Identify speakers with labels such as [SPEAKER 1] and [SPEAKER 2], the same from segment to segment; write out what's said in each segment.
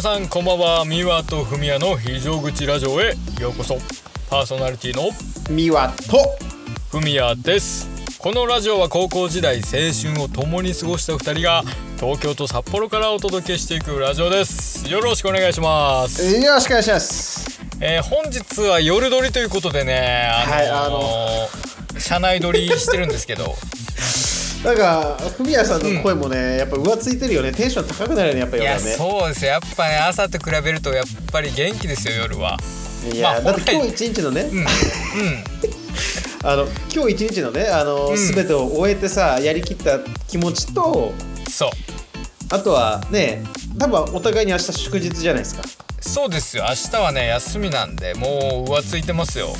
[SPEAKER 1] さんこんばんは三輪と文也の非常口ラジオへようこそパーソナリティの
[SPEAKER 2] ミワと
[SPEAKER 1] 文也ですこのラジオは高校時代青春を共に過ごした二人が東京と札幌からお届けしていくラジオですよろしくお願いします、
[SPEAKER 2] よろしくお願いします
[SPEAKER 1] えー本日は夜撮りということでねあのー
[SPEAKER 2] はいあ
[SPEAKER 1] 車内撮りしてるんですけど
[SPEAKER 2] なんかフミヤさんの声もね、やっぱ上ついてるよねテンション高くなるよねやっぱ
[SPEAKER 1] い
[SPEAKER 2] 夜
[SPEAKER 1] や
[SPEAKER 2] はね
[SPEAKER 1] そうですよやっぱね朝と比べるとやっぱり元気ですよ夜はいまあ
[SPEAKER 2] やだっ
[SPEAKER 1] 本来
[SPEAKER 2] て今日一日のね、
[SPEAKER 1] うんうん
[SPEAKER 2] あの今日一日のねあの、
[SPEAKER 1] ん
[SPEAKER 2] 全てを終えてさやりきった気持ちと
[SPEAKER 1] そう
[SPEAKER 2] あとはね多分お互いに明日祝日じゃないですか
[SPEAKER 1] そうですよ明日はね休みなんでもう浮ついてますよ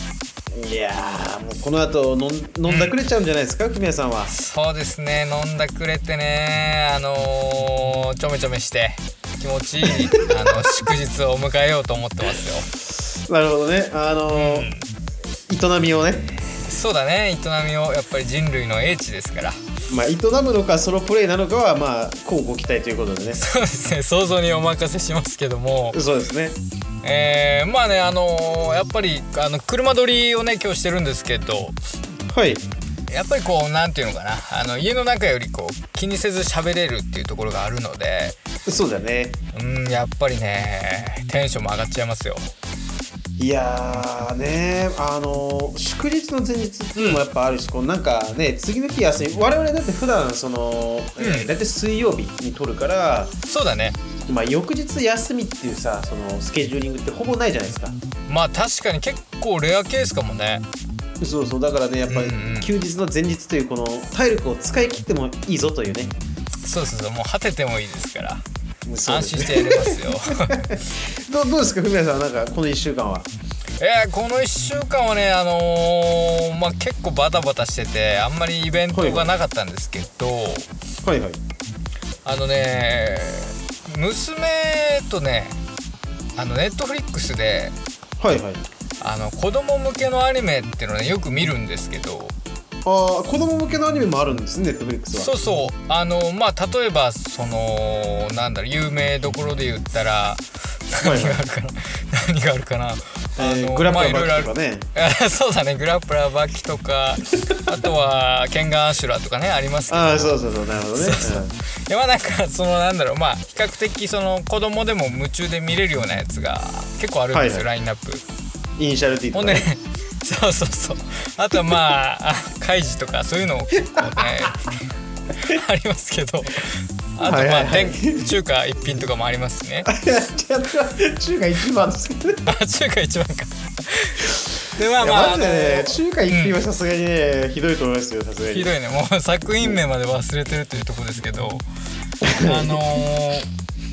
[SPEAKER 2] いやーもうこの後飲ん飲んだくれちゃうんじゃないですかフミヤさんは
[SPEAKER 1] そうですね飲んだくれてねあのー、ちょめちょめして気持ちいいあの祝日を迎えようと思ってますよ
[SPEAKER 2] なるほどねあのー営みをね
[SPEAKER 1] そうだね営みをやっぱり人類の英知ですから
[SPEAKER 2] まあ営むのかソロプレイなのかはまあこうご期待ということでね
[SPEAKER 1] そうですね想像にお任せしますけども
[SPEAKER 2] そうですね
[SPEAKER 1] えー、まあねあのー、やっぱりあの車撮りをね今日してるんですけど
[SPEAKER 2] はい
[SPEAKER 1] やっぱりこうなんていうのかなあの家の中よりこう気にせず喋れるっていうところがあるので
[SPEAKER 2] そうだね
[SPEAKER 1] うんやっぱりねテンションも上がっちゃいますよ
[SPEAKER 2] いやーねあのー祝日の前日っていうのもやっぱあるし、こうなんかね次の日休み我々だって普段その、
[SPEAKER 1] ん
[SPEAKER 2] えー大体水曜日に撮るから、
[SPEAKER 1] そうだね
[SPEAKER 2] まあ、翌日休みっていうさそのスケジューリングってほぼないじゃないですか
[SPEAKER 1] まあ確かに結構レアケースかもね
[SPEAKER 2] そうそうだからねやっぱり
[SPEAKER 1] うんうん
[SPEAKER 2] 休日の前日というこの体力を使い切ってもいいぞというね
[SPEAKER 1] そうそうそうもう果ててもいいですから
[SPEAKER 2] そう
[SPEAKER 1] 安
[SPEAKER 2] です
[SPEAKER 1] 心
[SPEAKER 2] ね
[SPEAKER 1] してやれますよ
[SPEAKER 2] どうどうですかふみやさんなんかこの1週間は
[SPEAKER 1] えーこの1週間はねあのーまあ結構バタバタしててあんまりイベントがなかったんですけど、
[SPEAKER 2] はいはい
[SPEAKER 1] あのね娘とねあのネットフリックスで
[SPEAKER 2] はいはい
[SPEAKER 1] あの子供向けのアニメっていうのをねよく見るんですけど
[SPEAKER 2] ああ子供向けのアニメもあるんですねネットフリックスは
[SPEAKER 1] そうそうあのまあ例えばそのなんだろう有名どころで言ったら
[SPEAKER 2] い
[SPEAKER 1] 何があるかな、何があるかな、
[SPEAKER 2] え
[SPEAKER 1] あ
[SPEAKER 2] ー
[SPEAKER 1] の
[SPEAKER 2] グラップラ
[SPEAKER 1] まあいろいろある
[SPEAKER 2] バックとかね、
[SPEAKER 1] あ そうだねグラップラーバキと かあとはケンガンアシュラとかねありますけど
[SPEAKER 2] ああそうそうそうなるほどね
[SPEAKER 1] いやまあなんかそのなんだろうまあ比較的その子供でも夢中で見れるようなやつが結構あるんですよ、
[SPEAKER 2] はい
[SPEAKER 1] ラインナップ
[SPEAKER 2] うんイニシャル T と
[SPEAKER 1] ほ
[SPEAKER 2] か
[SPEAKER 1] んで
[SPEAKER 2] ね
[SPEAKER 1] ねそうそうそうあとはまああカイジとかそういうの も結構ねありますけどあとまあ、
[SPEAKER 2] はいはいはい
[SPEAKER 1] 天中華一品とかもありますしね
[SPEAKER 2] いやちょっと中華一番ですけどね
[SPEAKER 1] あ中華一番かでまあ
[SPEAKER 2] い
[SPEAKER 1] ま
[SPEAKER 2] や
[SPEAKER 1] あ
[SPEAKER 2] マジで
[SPEAKER 1] あの
[SPEAKER 2] ね中華一品はさすがにねひどいと思いますよさすが
[SPEAKER 1] ひ
[SPEAKER 2] に
[SPEAKER 1] どいねもう作品名まで忘れてるというところですけどあの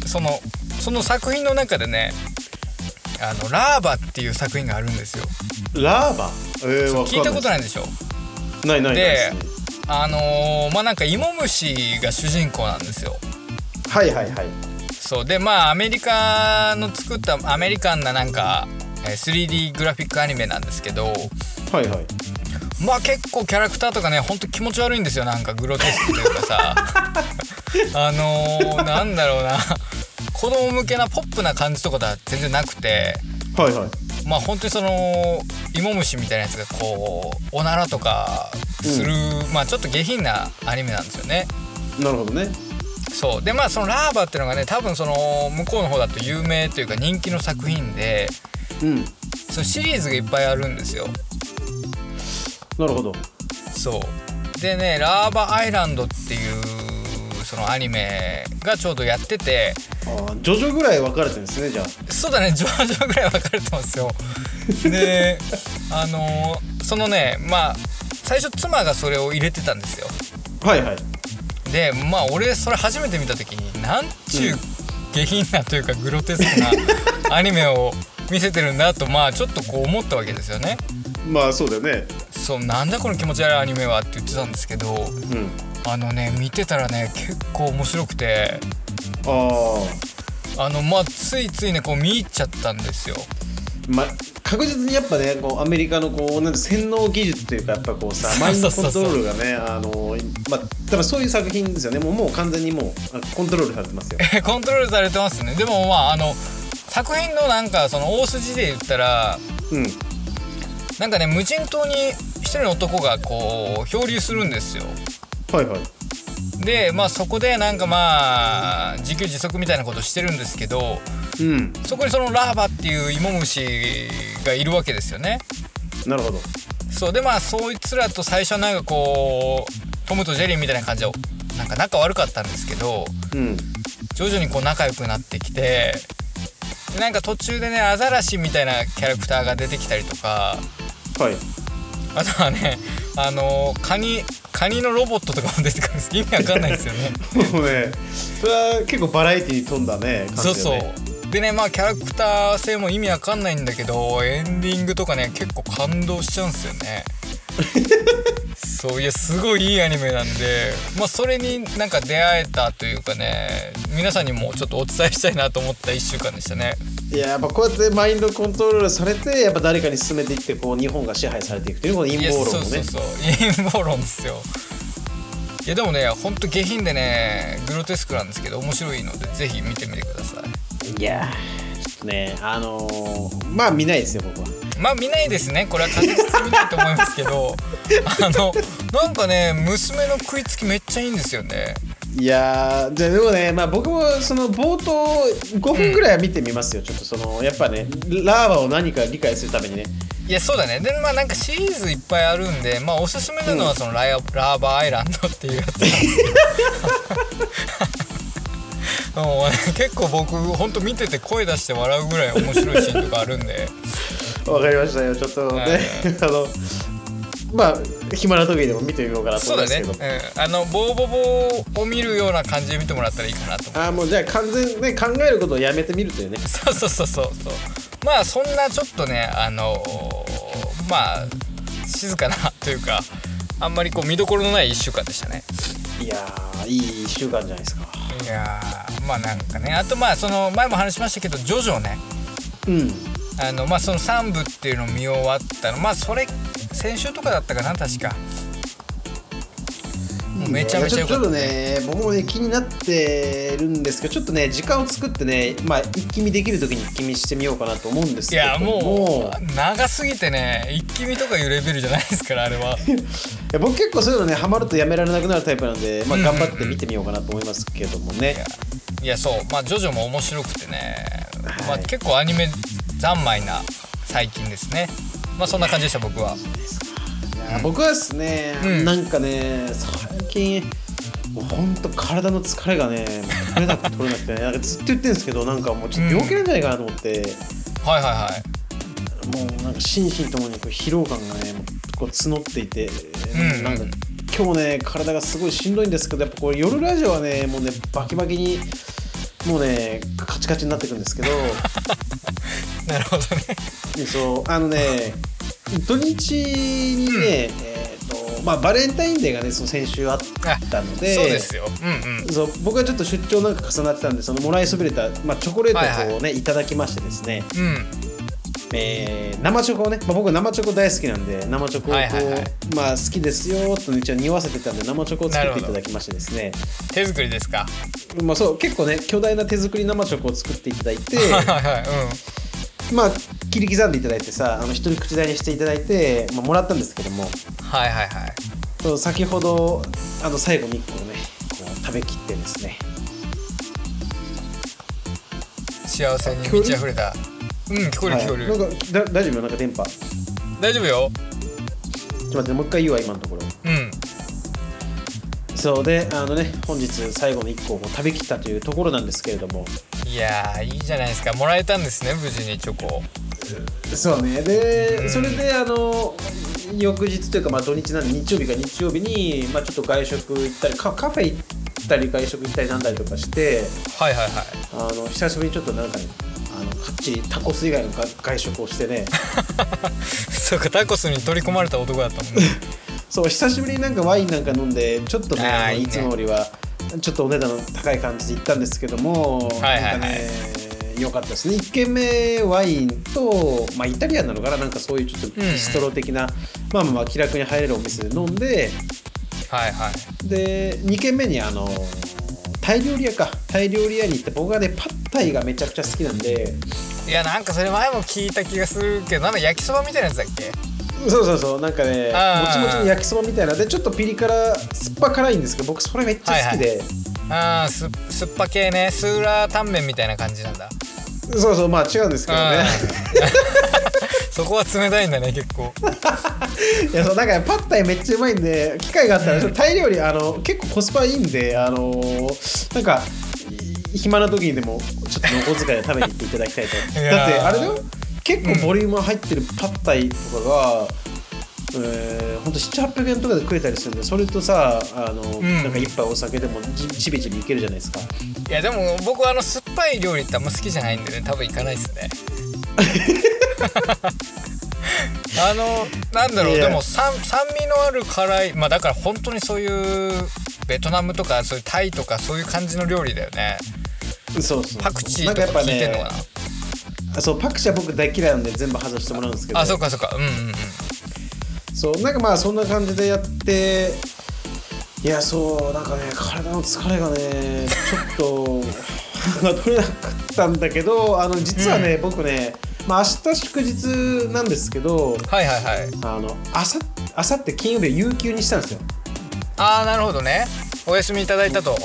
[SPEAKER 1] ーそのその作品の中でねあのラーバっていう作品があるんですよ
[SPEAKER 2] ラーバえー、わかん
[SPEAKER 1] 聞いたこと
[SPEAKER 2] な
[SPEAKER 1] な
[SPEAKER 2] い
[SPEAKER 1] いでしょ
[SPEAKER 2] ないないない
[SPEAKER 1] です
[SPEAKER 2] ね
[SPEAKER 1] あのーまあなんか芋虫が主人公なんですよ
[SPEAKER 2] はいはいはい
[SPEAKER 1] そうでまあアメリカの作ったアメリカンななんかえー 3D グラフィックアニメなんですけど
[SPEAKER 2] はいはい
[SPEAKER 1] まあ結構キャラクターとかねほんと気持ち悪いんですよなんかグロテスクというかさあのー、なんだろうな子供向けなポップな感じとかでは全然なくて
[SPEAKER 2] はいはい
[SPEAKER 1] まあ本当にその芋虫みたいなやつがこうおならとかする、まあちょっと下品なアニメなんですよね。
[SPEAKER 2] なるほどね
[SPEAKER 1] そうでまあそのラーバっていうのがね多分その向こうの方だと有名というか人気の作品で
[SPEAKER 2] うん
[SPEAKER 1] そのシリーズがいっぱいあるんですよ。
[SPEAKER 2] なるほど
[SPEAKER 1] そうでね「ラーバアイランド」っていうそのアニメがちょうどやってて
[SPEAKER 2] ああジョジョぐらい分かれてるんですねじゃあ
[SPEAKER 1] そうだね上々ぐらい分かれてますよであのーそのねまあ最初妻がそれを入れてたんですよ
[SPEAKER 2] はいはい
[SPEAKER 1] でまあ俺それ初めて見た時になんちゅう下品なというかグロテスクなアニメを見せてるんだとまあちょっとこう思ったわけですよね
[SPEAKER 2] まあそうだよね
[SPEAKER 1] そうなんだこの気持ち悪いアニメはって言ってたんですけど
[SPEAKER 2] うん
[SPEAKER 1] あのね見てたらね結構面白くて
[SPEAKER 2] ああ
[SPEAKER 1] あのまあついついねこう見入っちゃったんですよ
[SPEAKER 2] ま確実にやっぱねこうアメリカのこうなんて洗脳技術というかやっぱこうさ
[SPEAKER 1] そう
[SPEAKER 2] マイン
[SPEAKER 1] そ
[SPEAKER 2] ド
[SPEAKER 1] う
[SPEAKER 2] コ
[SPEAKER 1] そうそう
[SPEAKER 2] ントロールがねあのまあ多分そういう作品ですよねもうもう完全にもうあコントロールされてますよ
[SPEAKER 1] コントロールされてますねでもまああの作品のなんかその大筋で言ったら
[SPEAKER 2] うん
[SPEAKER 1] なんかね無人島に一人の男がこう漂流するんですよ
[SPEAKER 2] はいはい
[SPEAKER 1] でまあそこでなんかまあ自給自足みたいなことしてるんですけど
[SPEAKER 2] うん
[SPEAKER 1] そこにそのラーバっていう芋虫がいるわけですよね
[SPEAKER 2] なるほど
[SPEAKER 1] そうでまあそいつらと最初はなんかこうトムとジェリーみたいな感じでなんか仲悪かったんですけど
[SPEAKER 2] うん
[SPEAKER 1] 徐々にこう仲良くなってきてでなんか途中でねアザラシみたいなキャラクターが出てきたりとか
[SPEAKER 2] はい
[SPEAKER 1] あとはねあのカニカニのロボットとかも出てくるんです意味わかんないですよね
[SPEAKER 2] もうねそれは結構バラエティに富んだね感じ
[SPEAKER 1] そう
[SPEAKER 2] だ
[SPEAKER 1] そ
[SPEAKER 2] よね
[SPEAKER 1] うでねまあキャラクター性も意味わかんないんだけどエンディングとかね結構感動しちゃうんですよ ねそういやすごいいいアニメなんでまあそれになんか出会えたというかね皆さんにもちょっとお伝えしたいなと思った1週間でしたね
[SPEAKER 2] いややっぱこうやってマインドコントロールされてやっぱ誰かに進めていってこう日本が支配されていくというこの陰謀論も
[SPEAKER 1] いや
[SPEAKER 2] ね
[SPEAKER 1] そうそうそう陰謀論ですよいやでもねほんと下品でねグロテスクなんですけど面白いのでぜひ見てみてください
[SPEAKER 2] いやーちょっとねあのーまあ見ないですよ僕は
[SPEAKER 1] まあ見ないですねこれは確実に見ないと思いますけ どあのなんかね娘の食いつきめっちゃいいんですよね
[SPEAKER 2] いやーじゃあでもね、まあ、僕もその冒頭5分ぐらいは見てみますよ、ちょっとそのやっぱねラーバを何か理解するためにね
[SPEAKER 1] いやそうだねでまあなんかシリーズいっぱいあるんでまあおすすめなのはそのライア、ラーバーアイランドっていうやつなんですけ どもうね結構僕ほんと見てて声出して笑うぐらい面白いシーンとかあるんで
[SPEAKER 2] わかりましたよちょっとね、
[SPEAKER 1] はい
[SPEAKER 2] あのまあ暇な時でも見てみようかなと
[SPEAKER 1] そう
[SPEAKER 2] 思い
[SPEAKER 1] だ
[SPEAKER 2] ま
[SPEAKER 1] ね
[SPEAKER 2] すけど、、
[SPEAKER 1] うん、あのボーボボを見るような感じで見てもらったらいいかなと思う
[SPEAKER 2] ああもうじゃあ完全にね考えることをやめてみるというね
[SPEAKER 1] そうそうそうそうそうまあそんなちょっとねあのーまあ静かなというかあんまりこう見どころのない1週間でしたね
[SPEAKER 2] いやーいい1週間じゃないですか
[SPEAKER 1] いやーまあなんかねあとまあその前も話しましたけどジョジョね
[SPEAKER 2] うん
[SPEAKER 1] あのまあその3部っていうのを見終わったのまあそれ先週とかだったかな確かもうめちゃめちゃ良
[SPEAKER 2] ちょ
[SPEAKER 1] か
[SPEAKER 2] っ
[SPEAKER 1] った
[SPEAKER 2] とね僕もね気になってるんですけどちょっとね時間を作ってねまあ一気見できる時に一気見してみようかなと思うんです
[SPEAKER 1] い
[SPEAKER 2] けど
[SPEAKER 1] やも
[SPEAKER 2] いう
[SPEAKER 1] 長すぎてね一気見とかいうレベルじゃないですからあれは
[SPEAKER 2] や僕結構そういうのねハマるとやめられなくなるタイプなんで、まあ、
[SPEAKER 1] うんうんう
[SPEAKER 2] 頑
[SPEAKER 1] ん
[SPEAKER 2] 張って見てみようかなと思いますけどもね、
[SPEAKER 1] いやそうまあジョジョも面白くてね、
[SPEAKER 2] はい
[SPEAKER 1] まあ、結構アニメ三昧な最近ですねまあそんな感じでした僕は
[SPEAKER 2] いや僕はですね、
[SPEAKER 1] うん
[SPEAKER 2] なんかね最近もうほんと体の疲れがね取れなくて取れなくてね なんかずっと言ってるんですけどなんかもうちょっと病気なんじゃないかなと思って、
[SPEAKER 1] はいはいはい
[SPEAKER 2] もうなんか心身ともにこう疲労感がねもうこう募っていて、
[SPEAKER 1] うん
[SPEAKER 2] なんか今日ね体がすごいしんどいんですけどやっぱこう夜ラジオはねもうねバキバキにもうねカチカチになってくんですけど
[SPEAKER 1] なるほどね
[SPEAKER 2] そうあのね土日にね、えーとまあ、バレンタインデーがねその先週あったので
[SPEAKER 1] そうですようんうん
[SPEAKER 2] そう僕はちょっと出張なんか重なってたんでそのもらいそびれた、まあ、チョコレートをこうね、
[SPEAKER 1] はい
[SPEAKER 2] いただきましてですね、
[SPEAKER 1] うん
[SPEAKER 2] えー生チョコをね、まあ、僕生チョコ大好きなんで生チョコをこう、
[SPEAKER 1] はいはいはい
[SPEAKER 2] まあ、好きですよと一応匂わせてたんで生チョコを作っていただきましてですね、
[SPEAKER 1] 手作りですか
[SPEAKER 2] まあ、そう結構ね巨大な手作り生チョコを作っていただ いて
[SPEAKER 1] はいはいはいうん
[SPEAKER 2] まあ切り刻んでいただいてさあの一人口大にしていただいて、まあ、もらったんですけども
[SPEAKER 1] はいはいはい
[SPEAKER 2] そう先ほどあの最後に1個をねこう食べきってですね
[SPEAKER 1] 幸せに満ち溢れたうん聞こえる聞こえる、
[SPEAKER 2] はいなんかだ大丈夫よなんか電波ちょ
[SPEAKER 1] 大丈夫よ
[SPEAKER 2] っと待ってもう一回言うわ今のところ
[SPEAKER 1] うん
[SPEAKER 2] そうであのね本日最後の1個をもう食べきったというところなんですけれども
[SPEAKER 1] いやーいいじゃないですかもらえたんですね無事にチョコを
[SPEAKER 2] そうねで、
[SPEAKER 1] うん
[SPEAKER 2] それであの翌日というか、まあ、土日なんで日曜日か日曜日に、まあ、ちょっと外食行ったりカカフェ行ったり外食行ったりなんだりとかして
[SPEAKER 1] はいはいはい
[SPEAKER 2] あの久しぶりにちょっとなんかねあのかっちりタコス以外のが外食をしてね
[SPEAKER 1] そうかタコスに取り込まれた男だったもん ね
[SPEAKER 2] そう久しぶりになんかワインなんか飲んでちょっとね
[SPEAKER 1] あー
[SPEAKER 2] あの
[SPEAKER 1] いいね
[SPEAKER 2] いつもよりはちょっとお値段の高い感じで行ったんですけども、
[SPEAKER 1] はいはいはい
[SPEAKER 2] なんかね良かったですね1軒目ワインと、まあ、イタリアンなのかななんかそういうちょっと
[SPEAKER 1] うん
[SPEAKER 2] ビストロ的な、まあまあまあ気楽に入れるお店で飲んで
[SPEAKER 1] はいはい
[SPEAKER 2] で2軒目にあのタイ料理屋かタイ料理屋に行って僕がねパッタイがめちゃくちゃ好きなんで
[SPEAKER 1] いやなんかそれ前も聞いた気がするけどなんだ焼きそばみたいなやつだっけ
[SPEAKER 2] そうそうそうなんかね
[SPEAKER 1] あー
[SPEAKER 2] もちもちの焼きそばみたいなでちょっとピリ辛酸っぱ辛いんですけど僕それめっちゃ好きで、
[SPEAKER 1] あーす酸っぱ系ねスーラータンメンみたいな感じなんだ
[SPEAKER 2] そうそうまあ違うんですけどね
[SPEAKER 1] そこは冷たいんだね結構
[SPEAKER 2] いやそうなんかねパッタイめっちゃうまいんで機会があったらちょっとタイ料理あの結構コスパいいんであのなんかい暇な時にでもちょっとお小遣いで食べに行っていただきたいと
[SPEAKER 1] いやー
[SPEAKER 2] だってあれだよ結構ボリューム入ってるパッタイとかが、えー、ほんと700800円とかで食えたりするんでそれとさあの、
[SPEAKER 1] ん
[SPEAKER 2] なんか一杯お酒でもじちびちびいけるじゃないですか
[SPEAKER 1] いやでも僕はあの酸っぱい料理ってあんま好きじゃないんでね多分行かない ですねあのなんだろう
[SPEAKER 2] いや
[SPEAKER 1] でも酸酸味のある辛いまあだから本当にそういうベトナムとかそういうタイとかそういう感じの料理だよね
[SPEAKER 2] そうそう
[SPEAKER 1] パクチー
[SPEAKER 2] なん
[SPEAKER 1] と
[SPEAKER 2] か
[SPEAKER 1] か
[SPEAKER 2] やっぱ
[SPEAKER 1] 効いてんのか
[SPEAKER 2] ね
[SPEAKER 1] な
[SPEAKER 2] そうパクチーは僕大嫌いなんで全部外してもらうんですけど
[SPEAKER 1] あそうかそうかうんうんうん
[SPEAKER 2] そうなんかまあそんな感じでやっていやそうなんかね体の疲れがねちょっと なんか取れなかったんだけどあの実はね、僕ね、まあ、明日祝日なんですけど
[SPEAKER 1] はいはいはい
[SPEAKER 2] あのあさあさって金曜日は有休にしたんですよ。
[SPEAKER 1] ああなるほどねお休みいただいたと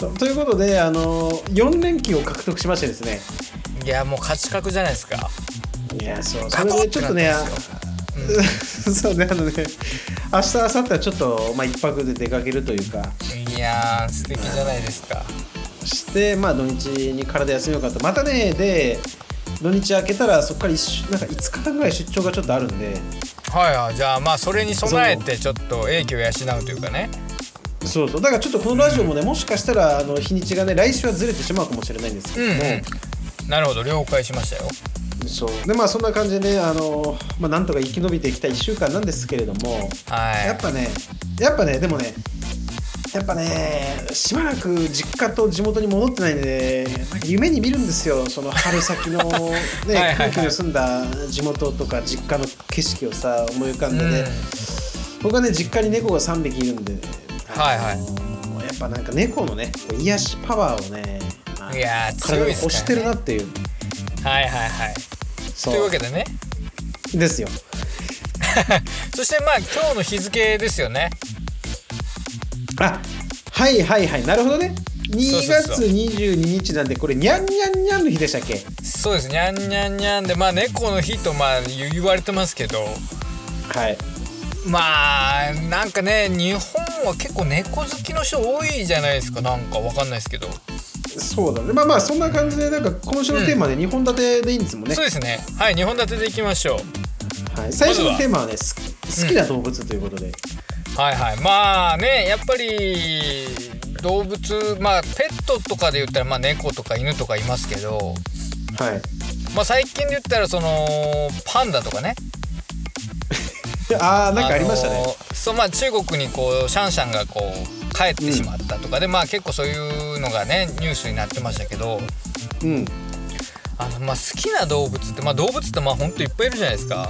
[SPEAKER 2] そうということであの4連休を獲得しましてですね
[SPEAKER 1] いやもう価値格じゃないですか
[SPEAKER 2] いやそうそれでちょっとね
[SPEAKER 1] ガクッて
[SPEAKER 2] あ そうねあのね明日明後日はちょっと、まあ、一泊で出かけるというか。
[SPEAKER 1] いやー素敵じゃないですか
[SPEAKER 2] して、まあ、土日に体休めようかとまたねで土日明けたらそこから一週なんか5日間ぐらい出張がちょっとあるんで
[SPEAKER 1] はいはいじゃあまあそれに備えてちょっと英気を養うというかね
[SPEAKER 2] そうそうだからちょっとこのラジオもねもしかしたらあの日にちがね来週はずれてしまうかもしれないんですけども、
[SPEAKER 1] なるほど了解しましたよ
[SPEAKER 2] そうでまあそんな感じでねあの、まあ、なんとか生き延びてきた1週間なんですけれども
[SPEAKER 1] はい
[SPEAKER 2] やっぱねやっぱねでもねやっぱねしばらく実家と地元に戻ってないんで、なんか夢に見るんですよその春先の、
[SPEAKER 1] い
[SPEAKER 2] ね、
[SPEAKER 1] はいはい
[SPEAKER 2] 空気の澄んだ地元とか実家の景色をさ思い浮かんでね、僕はね実家に猫が3匹いるんでね、
[SPEAKER 1] はいはい
[SPEAKER 2] あのやっぱなんか猫のねこう癒しパワーをね、まあ
[SPEAKER 1] いやー強いっ
[SPEAKER 2] 体が
[SPEAKER 1] すからね
[SPEAKER 2] 欲してるなっていう
[SPEAKER 1] はいはいはい
[SPEAKER 2] そ
[SPEAKER 1] というわけでね
[SPEAKER 2] ですよ
[SPEAKER 1] そしてまあ今日の日付ですよね
[SPEAKER 2] あはいはいはいなるほどね
[SPEAKER 1] そう
[SPEAKER 2] 2
[SPEAKER 1] そうそう
[SPEAKER 2] 月22日なんでこれにゃんにゃんにゃんの日でしたっけ
[SPEAKER 1] そうですにゃんにゃんにゃんでまあ猫の日とまあ言言われてますけど
[SPEAKER 2] はい
[SPEAKER 1] まあなんかね日本は結構猫好きの人多いじゃないですかなんかわかんないですけど、
[SPEAKER 2] そうだねまあまあそんな感じでなんか今週のテーマで2本立てでいいんですもんね
[SPEAKER 1] そう、ですねはい2本立てでいきましょう
[SPEAKER 2] はい、最初のテーマはね好き好きな動物ということで、
[SPEAKER 1] はいはいまあねやっぱり動物まあペットとかで言ったらまあ猫とか犬とかいますけど、
[SPEAKER 2] はい
[SPEAKER 1] まあ、最近で言ったらそのパンダとかね
[SPEAKER 2] でああなんかありましたね、
[SPEAKER 1] のーそうまあ中国にこうシャンシャンがこう帰ってしまったとかで、まあ結構そういうのがねニュースになってましたけど
[SPEAKER 2] うん
[SPEAKER 1] あのまあ好きな動物ってまあ動物ってまあほんといっぱいいるじゃないですか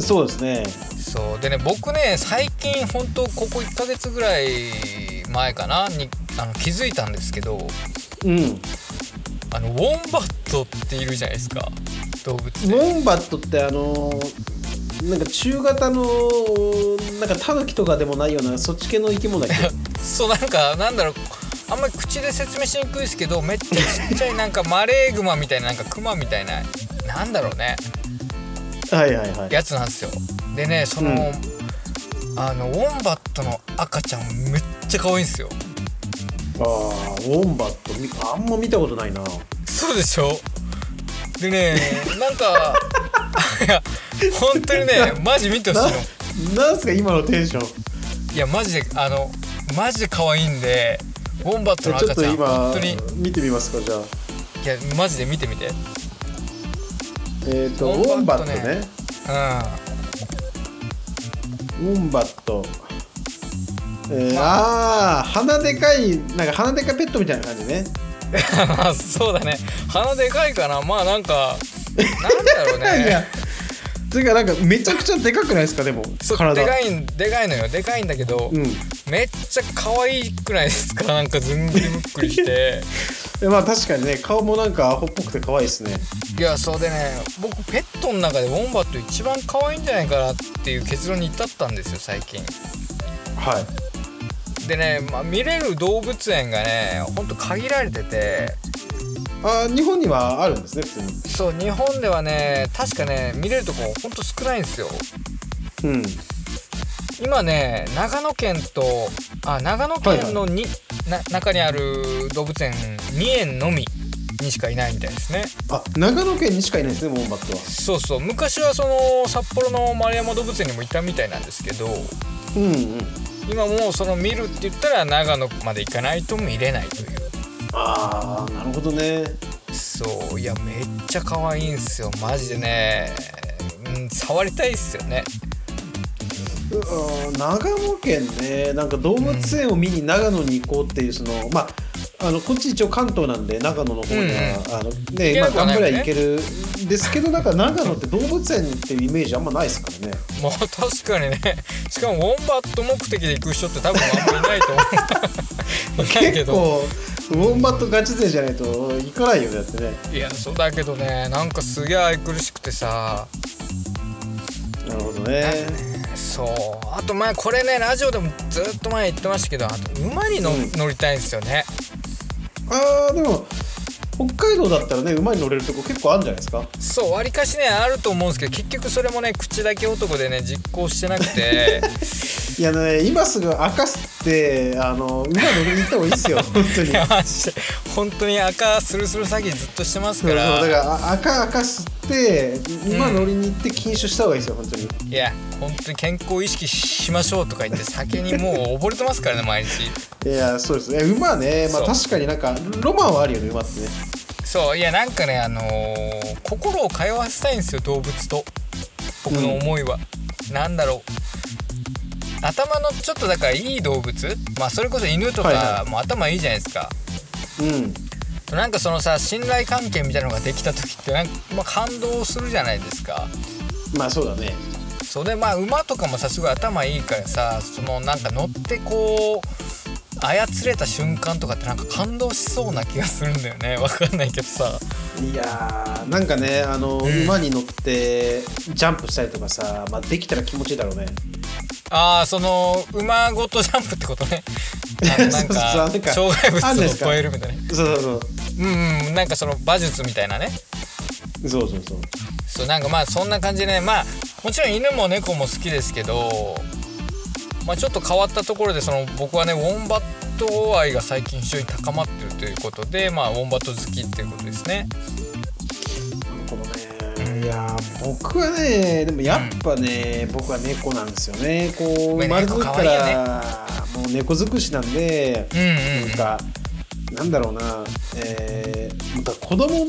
[SPEAKER 2] そうですね
[SPEAKER 1] そうでね僕ね最近ほんとここ1ヶ月ぐらい前かなにあの気づいたんですけど
[SPEAKER 2] うんウ
[SPEAKER 1] あのウォンバットっているじゃないですか動物で
[SPEAKER 2] ォンバットってあのーなんか中型のなんかタヌキとかでもないようなそっち系の生き物だっけ
[SPEAKER 1] そうなんかなんだろうあんまり口で説明しにくいですけどめっちゃちっちゃいなんかマレーグマみたいななんかクマみたいななんだろうね
[SPEAKER 2] はいはいはい
[SPEAKER 1] やつなんですよでねその、
[SPEAKER 2] う
[SPEAKER 1] あのウォンバットの赤ちゃんめっちゃ可愛いんですよ
[SPEAKER 2] ああウォンバットみあんま見たことないな
[SPEAKER 1] そうでしょでねなんか いや本当にねマジ見てほしいの
[SPEAKER 2] ななんすか今のテンション
[SPEAKER 1] いやマジであのマジで可愛いんでウォンバットの
[SPEAKER 2] ちょ
[SPEAKER 1] 赤
[SPEAKER 2] っと
[SPEAKER 1] ちゃん
[SPEAKER 2] 今
[SPEAKER 1] 本当にい
[SPEAKER 2] 見てみますかじゃあ
[SPEAKER 1] やマジで見てみてうん
[SPEAKER 2] えっ、とウ
[SPEAKER 1] ウォ
[SPEAKER 2] ォ
[SPEAKER 1] ン
[SPEAKER 2] ン
[SPEAKER 1] バッ
[SPEAKER 2] バ
[SPEAKER 1] ト
[SPEAKER 2] ッ
[SPEAKER 1] ね
[SPEAKER 2] トねウォンバットえー、あー鼻でかいなんか鼻でかいペットみたいな感じね
[SPEAKER 1] まあそうだね鼻でかいかなまあなんかなんだろう
[SPEAKER 2] いや
[SPEAKER 1] ね
[SPEAKER 2] てかなんかめちゃくちゃでかくないですかでも
[SPEAKER 1] そう
[SPEAKER 2] 体
[SPEAKER 1] でかいんでかいのよでかいんだけど、
[SPEAKER 2] うん
[SPEAKER 1] めっちゃ可愛くないですかなんかずんぐりむっくりして
[SPEAKER 2] でまあ確かにね顔もなんかアホっぽくて可愛いですね
[SPEAKER 1] いやそうでね僕ペットの中でウォンバット一番可愛いんじゃないかなっていう結論に至ったんですよ最近
[SPEAKER 2] はい
[SPEAKER 1] でね、まあ、見れる動物園がねほんと限られてて
[SPEAKER 2] あー日本にはあるんですね普通
[SPEAKER 1] そう日本ではね確かね見れるとこほんと少ないんですよ
[SPEAKER 2] にうん
[SPEAKER 1] 今ね長野県とあ長野県のに、な中にある動物園2園のみにしかいないみたいですね
[SPEAKER 2] あ長野県にしかいないですねウォンバットは
[SPEAKER 1] そうそう昔はその札幌の丸山動物園にもいたみたいなんですけど
[SPEAKER 2] うんうん
[SPEAKER 1] 今もうその見るって言ったら長野まで行かないと見れないという
[SPEAKER 2] ああなるほどね
[SPEAKER 1] そういやめっちゃ可愛いんすよマジでね、うん、触りたいっすよね
[SPEAKER 2] うーん長野県ねなんか動物園を見に長野に行こうっていうその、まああのこっち一応関東なんで長野の方には、あのね
[SPEAKER 1] けな
[SPEAKER 2] 今
[SPEAKER 1] くは
[SPEAKER 2] 頑
[SPEAKER 1] ないもん
[SPEAKER 2] 張り
[SPEAKER 1] ね
[SPEAKER 2] ゃ行けるんですけどなんか長野って動物園っていうイメージあんまないですからね
[SPEAKER 1] まあ確かにね しかもウォンバット目的で行く人って多分あんまりいないと思う いないけ
[SPEAKER 2] 結
[SPEAKER 1] ど
[SPEAKER 2] 構ウォンバットガチ勢じゃないと行かないよねだってね
[SPEAKER 1] いやそうだけどねなんかすげえ愛くるしくてさ
[SPEAKER 2] なるほどね
[SPEAKER 1] そうあと前これねラジオでもずっと前言ってましたけどあと馬にの、
[SPEAKER 2] うん
[SPEAKER 1] 乗りたいんですよね
[SPEAKER 2] あーでも北海道だったらね馬に乗れるとこ結構あるんじゃないですか
[SPEAKER 1] そうわりかしねあると思うんですけど結局それもね口だけ男でね実行してなくて
[SPEAKER 2] いやね今すぐ明かすってあの馬乗りに行った方がい いですよ本当に
[SPEAKER 1] いやマジで本当に赤スルスル詐欺ずっとしてます
[SPEAKER 2] そ
[SPEAKER 1] か
[SPEAKER 2] うそ
[SPEAKER 1] ら
[SPEAKER 2] うだからあ赤赤吸って今乗りに行って禁酒した方がいいですよ本当に
[SPEAKER 1] いや本当に健康を意識しましょうとか言って酒にもう溺れてますからね毎日
[SPEAKER 2] いやそうですね馬ねま
[SPEAKER 1] そ
[SPEAKER 2] あ
[SPEAKER 1] う
[SPEAKER 2] 確かになんかロマンはあるよね馬ってね
[SPEAKER 1] そういやなんかねあのー心を通わせたいんですよ動物と僕の思いは、なんだろう頭のちょっとだからいい動物まあそれこそ犬とか、
[SPEAKER 2] はいは
[SPEAKER 1] もう頭いいじゃないですか
[SPEAKER 2] うん
[SPEAKER 1] なんかそのさ信頼関係みたいなのができた時ってなんか、まあ、感動するじゃないですか
[SPEAKER 2] まあそうだね
[SPEAKER 1] それまあ馬とかもさすごい頭いいからさそのなんか乗ってこう操れた瞬間とかってなんか感動しそうな気がするんだよね わかんないけどさ
[SPEAKER 2] いやーなんかねあの、
[SPEAKER 1] ん
[SPEAKER 2] 馬に乗ってジャンプしたりとかさ、まあ、できたら気持ちいいだろうね
[SPEAKER 1] ああその馬ごとジャンプってこと ねあのなんか
[SPEAKER 2] そうそうなんか
[SPEAKER 1] 障害
[SPEAKER 2] あん
[SPEAKER 1] 物
[SPEAKER 2] で
[SPEAKER 1] を
[SPEAKER 2] すか
[SPEAKER 1] 超えるみたいな
[SPEAKER 2] そうそうそう
[SPEAKER 1] うんうんなんかその馬術みたいなね
[SPEAKER 2] そうそうそう
[SPEAKER 1] そうなんかまあそんな感じでねまあもちろん犬も猫も好きですけどまあちょっと変わったところでその僕はねウォンバット愛が最近非常に高まってるということでまあウォンバット好きっていうことですね
[SPEAKER 2] このねいやー僕はねでもやっぱね、僕は猫なんですよねこう
[SPEAKER 1] ね
[SPEAKER 2] 生まれて
[SPEAKER 1] 猫可
[SPEAKER 2] か
[SPEAKER 1] 愛いよね
[SPEAKER 2] らもう猫尽くしなんで、
[SPEAKER 1] うんうん
[SPEAKER 2] なんか、なんだろうな、えー、もうだから子供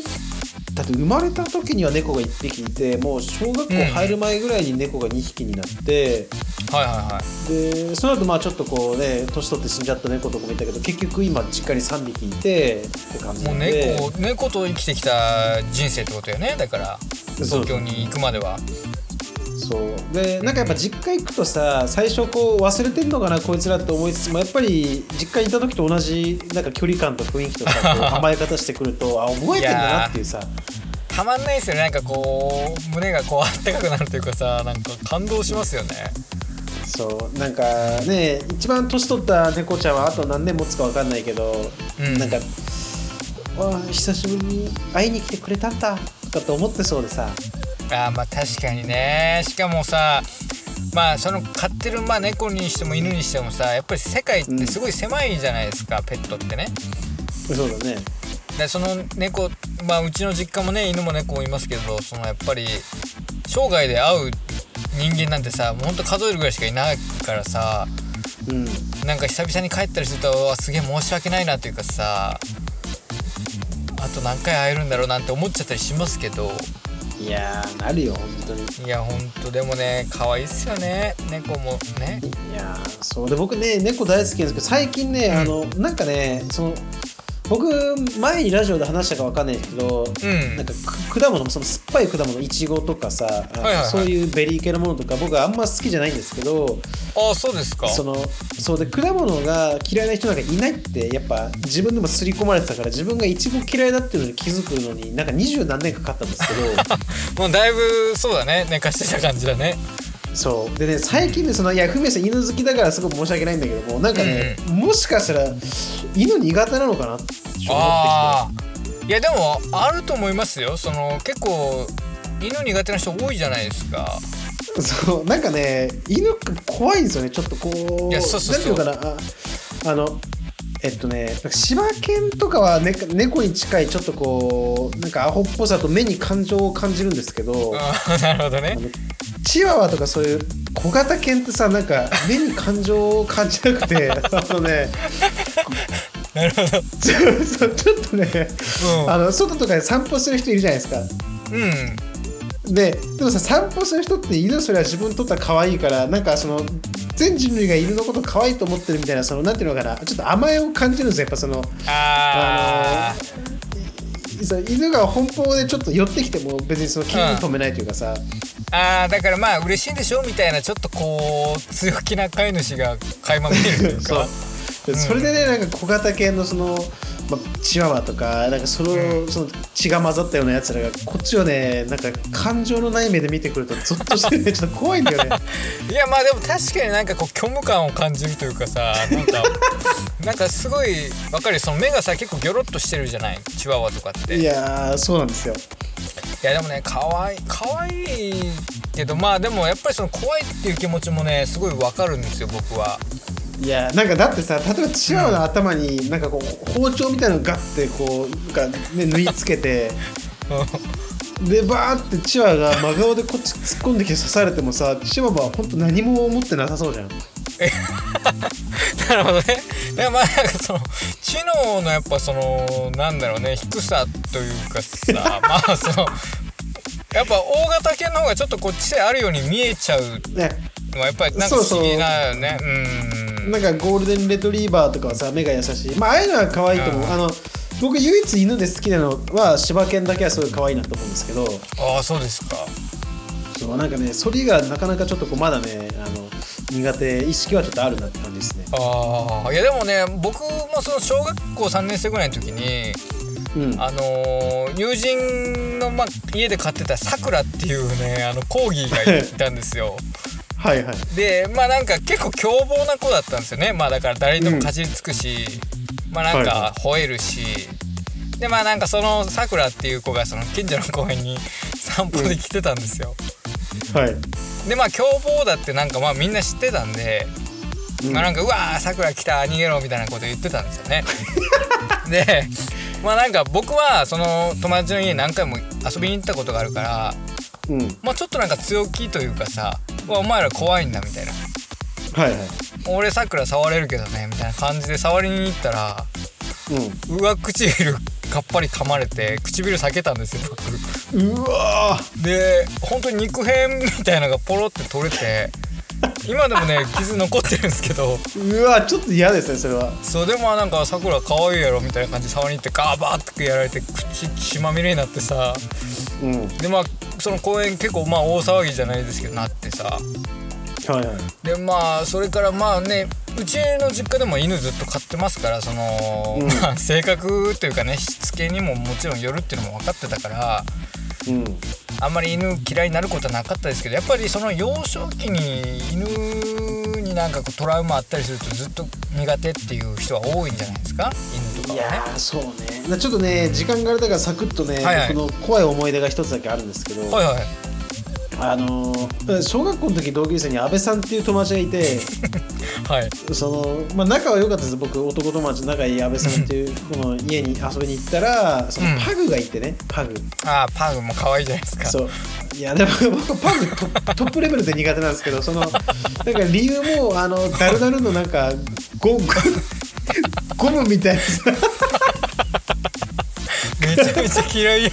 [SPEAKER 2] だって生まれた時には猫が1匹いてもう小学校入る前ぐらいに猫が2匹になって、
[SPEAKER 1] はいはいはい
[SPEAKER 2] でその後まあちょっとこうね年取って死んじゃった猫とかもいたけど結局今実家に3匹いてって感じ
[SPEAKER 1] も
[SPEAKER 2] な
[SPEAKER 1] うん
[SPEAKER 2] で
[SPEAKER 1] 猫猫と生きてきた人生ってことよねだから
[SPEAKER 2] そう
[SPEAKER 1] 東京に行くまでは
[SPEAKER 2] そうでなんかやっぱ実家行くとさ最初こう忘れてんのかなこいつらって思いつつもやっぱり実家にいた時と同じなんか距離感と雰囲気とか こう甘え方してくるとあ覚えてんだなっていうさ
[SPEAKER 1] たまんないですよねなんかこう胸がこうあったかくなるというかさなんか感動しますよね
[SPEAKER 2] そうなんかね一番年取った猫ちゃんはあと何年持つか分かんないけど、
[SPEAKER 1] うん
[SPEAKER 2] なんか「わあ久しぶりに会いに来てくれたんだ」とかと思ってそうでさ
[SPEAKER 1] あーまあ確かにねしかもさまあその飼ってるまあ猫にしても犬にしてもさやっぱり世界ってすごい狭いじゃないですか、ペットってね
[SPEAKER 2] そうだね
[SPEAKER 1] でその猫まあうちの実家もね犬も猫もいますけどそのやっぱり生涯で会う人間なんてさもうほんと数えるぐらいしかいないからさ
[SPEAKER 2] うん
[SPEAKER 1] なんか久々に帰ったりするとうわすげえ申し訳ないなというかさあと何回会えるんだろうなんて思っちゃったりしますけど
[SPEAKER 2] いやーなるよ本当に
[SPEAKER 1] いやほんとでもね可愛いっすよね猫もね
[SPEAKER 2] いやーそうで僕ね猫大好きなんですけど最近ね、あのなんかねその僕前にラジオで話したかわかんないけど、
[SPEAKER 1] うん
[SPEAKER 2] なんかく果物もその酸っぱい果物いちごとかさ、あの
[SPEAKER 1] はいはい
[SPEAKER 2] そういうベリー系のものとか僕はあんま好きじゃないんですけど
[SPEAKER 1] ああそうですか
[SPEAKER 2] そのそうで果物が嫌いな人なんかいないってやっぱ自分でも刷り込まれてたから自分がいちご嫌いだっていうのに気づくのになんか二十何年かかったんですけど。
[SPEAKER 1] もうだいぶそうだね寝かしてた感じだね
[SPEAKER 2] そうでね最近ねそのいやフミヤさん犬好きだからすごく申し訳ないんだけどもなんかね、もしかしたら犬苦手なのかなって思って
[SPEAKER 1] ああいやでもあると思いますよその結構犬苦手な人多いじゃないですか
[SPEAKER 2] きてそうなんかね犬怖いんですよねちょっとこう
[SPEAKER 1] いやそうそうそう
[SPEAKER 2] なんていうのかなああのえっとねなんか柴犬とかは、ね、猫に近いちょっとこうなんかアホっぽさと目に感情を感じるんですけど、
[SPEAKER 1] うん なるほどね
[SPEAKER 2] チワワとかそういう小型犬ってさなんか目に感情を感じなく てあのね
[SPEAKER 1] なるほど
[SPEAKER 2] そうそうちょっとね
[SPEAKER 1] うん
[SPEAKER 2] あの外とかで散歩する人いるじゃないですか。
[SPEAKER 1] うん
[SPEAKER 2] ででもさ散歩する人って犬それは自分にとったら可愛いからなんかその全人類が犬のこと可愛いと思ってるみたいなそのなんていうのかなちょっと甘えを感じるんですよやっぱその
[SPEAKER 1] あ
[SPEAKER 2] そう犬が奔放でちょっと寄ってきても別にその気分止めないというか
[SPEAKER 1] ー
[SPEAKER 2] さ、
[SPEAKER 1] あーだからまあ嬉しいんでしょみたいなちょっとこう強気な飼い主が垣間見えるという
[SPEAKER 2] そう
[SPEAKER 1] か
[SPEAKER 2] でそれでねなんか小型犬のその、まあ、チワワとかなんかその,、その血が混ざったようなやつらがこっちをねなんか感情のない目で見てくるとゾッとしてねちょっと怖いんだよね。
[SPEAKER 1] いやまあでも確かになんかこう虚無感を感じるというかさなん かなんかすごいわかるよその目がさ結構ギョロッとしてるじゃないチワワとかって
[SPEAKER 2] いやーそうなんですよ。
[SPEAKER 1] いやでもね可愛い可愛いけどまあでもやっぱりその怖いっていう気持ちもねすごいわかるんですよ僕はい
[SPEAKER 2] やなんかだってさ例えばチワワの頭になんかこう包丁みたいなのガッてこうなんか、ね、縫い付けて でバーってチワワが真顔でこっち突っ込んできて刺されてもさチワワは本当何も思ってなさそうじゃん
[SPEAKER 1] なるほどねだからまあなんかその知能のやっぱそのなんだろうね低さというかさ まあそのやっぱ大型犬の方がちょっとこう知性あるように見えちゃう
[SPEAKER 2] ね
[SPEAKER 1] のはやっぱりなんか不思議だよねうん
[SPEAKER 2] なんかゴールデンレトリーバーとかはさ目が優しいまあああいうのは可愛いと思う、
[SPEAKER 1] うん
[SPEAKER 2] あの僕唯一犬で好きなのは柴犬だけはすごい可愛いなと思うんですけど
[SPEAKER 1] ああそうですか
[SPEAKER 2] そうなんかねそれがなかなかちょっとこうまだねあの苦手意識はちょっとあるなって感じですね
[SPEAKER 1] ああいやでもね僕もその小学校3年生ぐらいの時に
[SPEAKER 2] うん
[SPEAKER 1] あのー友人の、まあ、家で飼ってたさくらっていうねあのコーギーがいたんです よ
[SPEAKER 2] はいはい
[SPEAKER 1] でまあなんか結構凶暴な子だったんですよねまあだから誰にでもかじりつくし、まあなん
[SPEAKER 2] はい
[SPEAKER 1] か
[SPEAKER 2] は
[SPEAKER 1] 吠えるし、でまあなんかそのさくらっていう子がその近所の公園に散歩で来てたんですよ、
[SPEAKER 2] はい
[SPEAKER 1] でまあ凶暴だってなんかまあみんな知ってたんで、
[SPEAKER 2] うん
[SPEAKER 1] まあなんか「うわーさくら来た逃げろ」みたいなこと言ってたんですよ ね。でまあなんか僕はその友達の家に何回も遊びに行ったことがあるから、
[SPEAKER 2] うん
[SPEAKER 1] まあ、ちょっとなんか強気というかさ「うわお前ら怖いんだ」みたいな
[SPEAKER 2] はいはい
[SPEAKER 1] 「俺さくら触れるけどね」みたいな感じで触りに行ったら上唇かっぱり噛まれて唇裂けたんですよ僕。
[SPEAKER 2] うんうわ
[SPEAKER 1] で本当に肉片みたいなのがポロって取れて今でも ね傷残ってるんですけど
[SPEAKER 2] ーうわちょっと嫌ですねそれは
[SPEAKER 1] そうでもなんかさくら可愛いやろみたいな感じで触りに行ってガバッてやられて口血まみれになってさ
[SPEAKER 2] うんはい
[SPEAKER 1] でまあその公園結構まあ大騒ぎじゃないですけどなってさ
[SPEAKER 2] はい
[SPEAKER 1] でまあそれからまあねうちの実家でも犬ずっと飼ってますからその、
[SPEAKER 2] うん
[SPEAKER 1] まあ 性格というかねしつけにももちろんよるっていうのも分かってたから
[SPEAKER 2] うん
[SPEAKER 1] あんまり犬嫌いになることはなかったですけどやっぱりその幼少期に犬になんかこうトラウマあったりするとずっと苦手っていう人は多いんじゃないですか犬とか
[SPEAKER 2] い
[SPEAKER 1] はね。
[SPEAKER 2] やーそうねなちょっとね時間があれだからサクッとね、
[SPEAKER 1] はいはい
[SPEAKER 2] この怖い思い出が一つだけあるんですけど、
[SPEAKER 1] はいはい
[SPEAKER 2] あのー小学校の時同級生に阿部さんっていう友達がい て
[SPEAKER 1] はい。
[SPEAKER 2] その、まあ、仲は良かったです僕男友達の仲いい阿部さんっていうこの家に遊びに行ったらその
[SPEAKER 1] うん
[SPEAKER 2] パグがいてねパグ
[SPEAKER 1] ああパグも可愛いじゃないですか。
[SPEAKER 2] そういやでも僕パグト ップトップレベルで苦手なんですけどそのなんか理由もあのダルダルのなんかゴムゴムみたいなさ
[SPEAKER 1] めちゃめちゃ嫌いやん。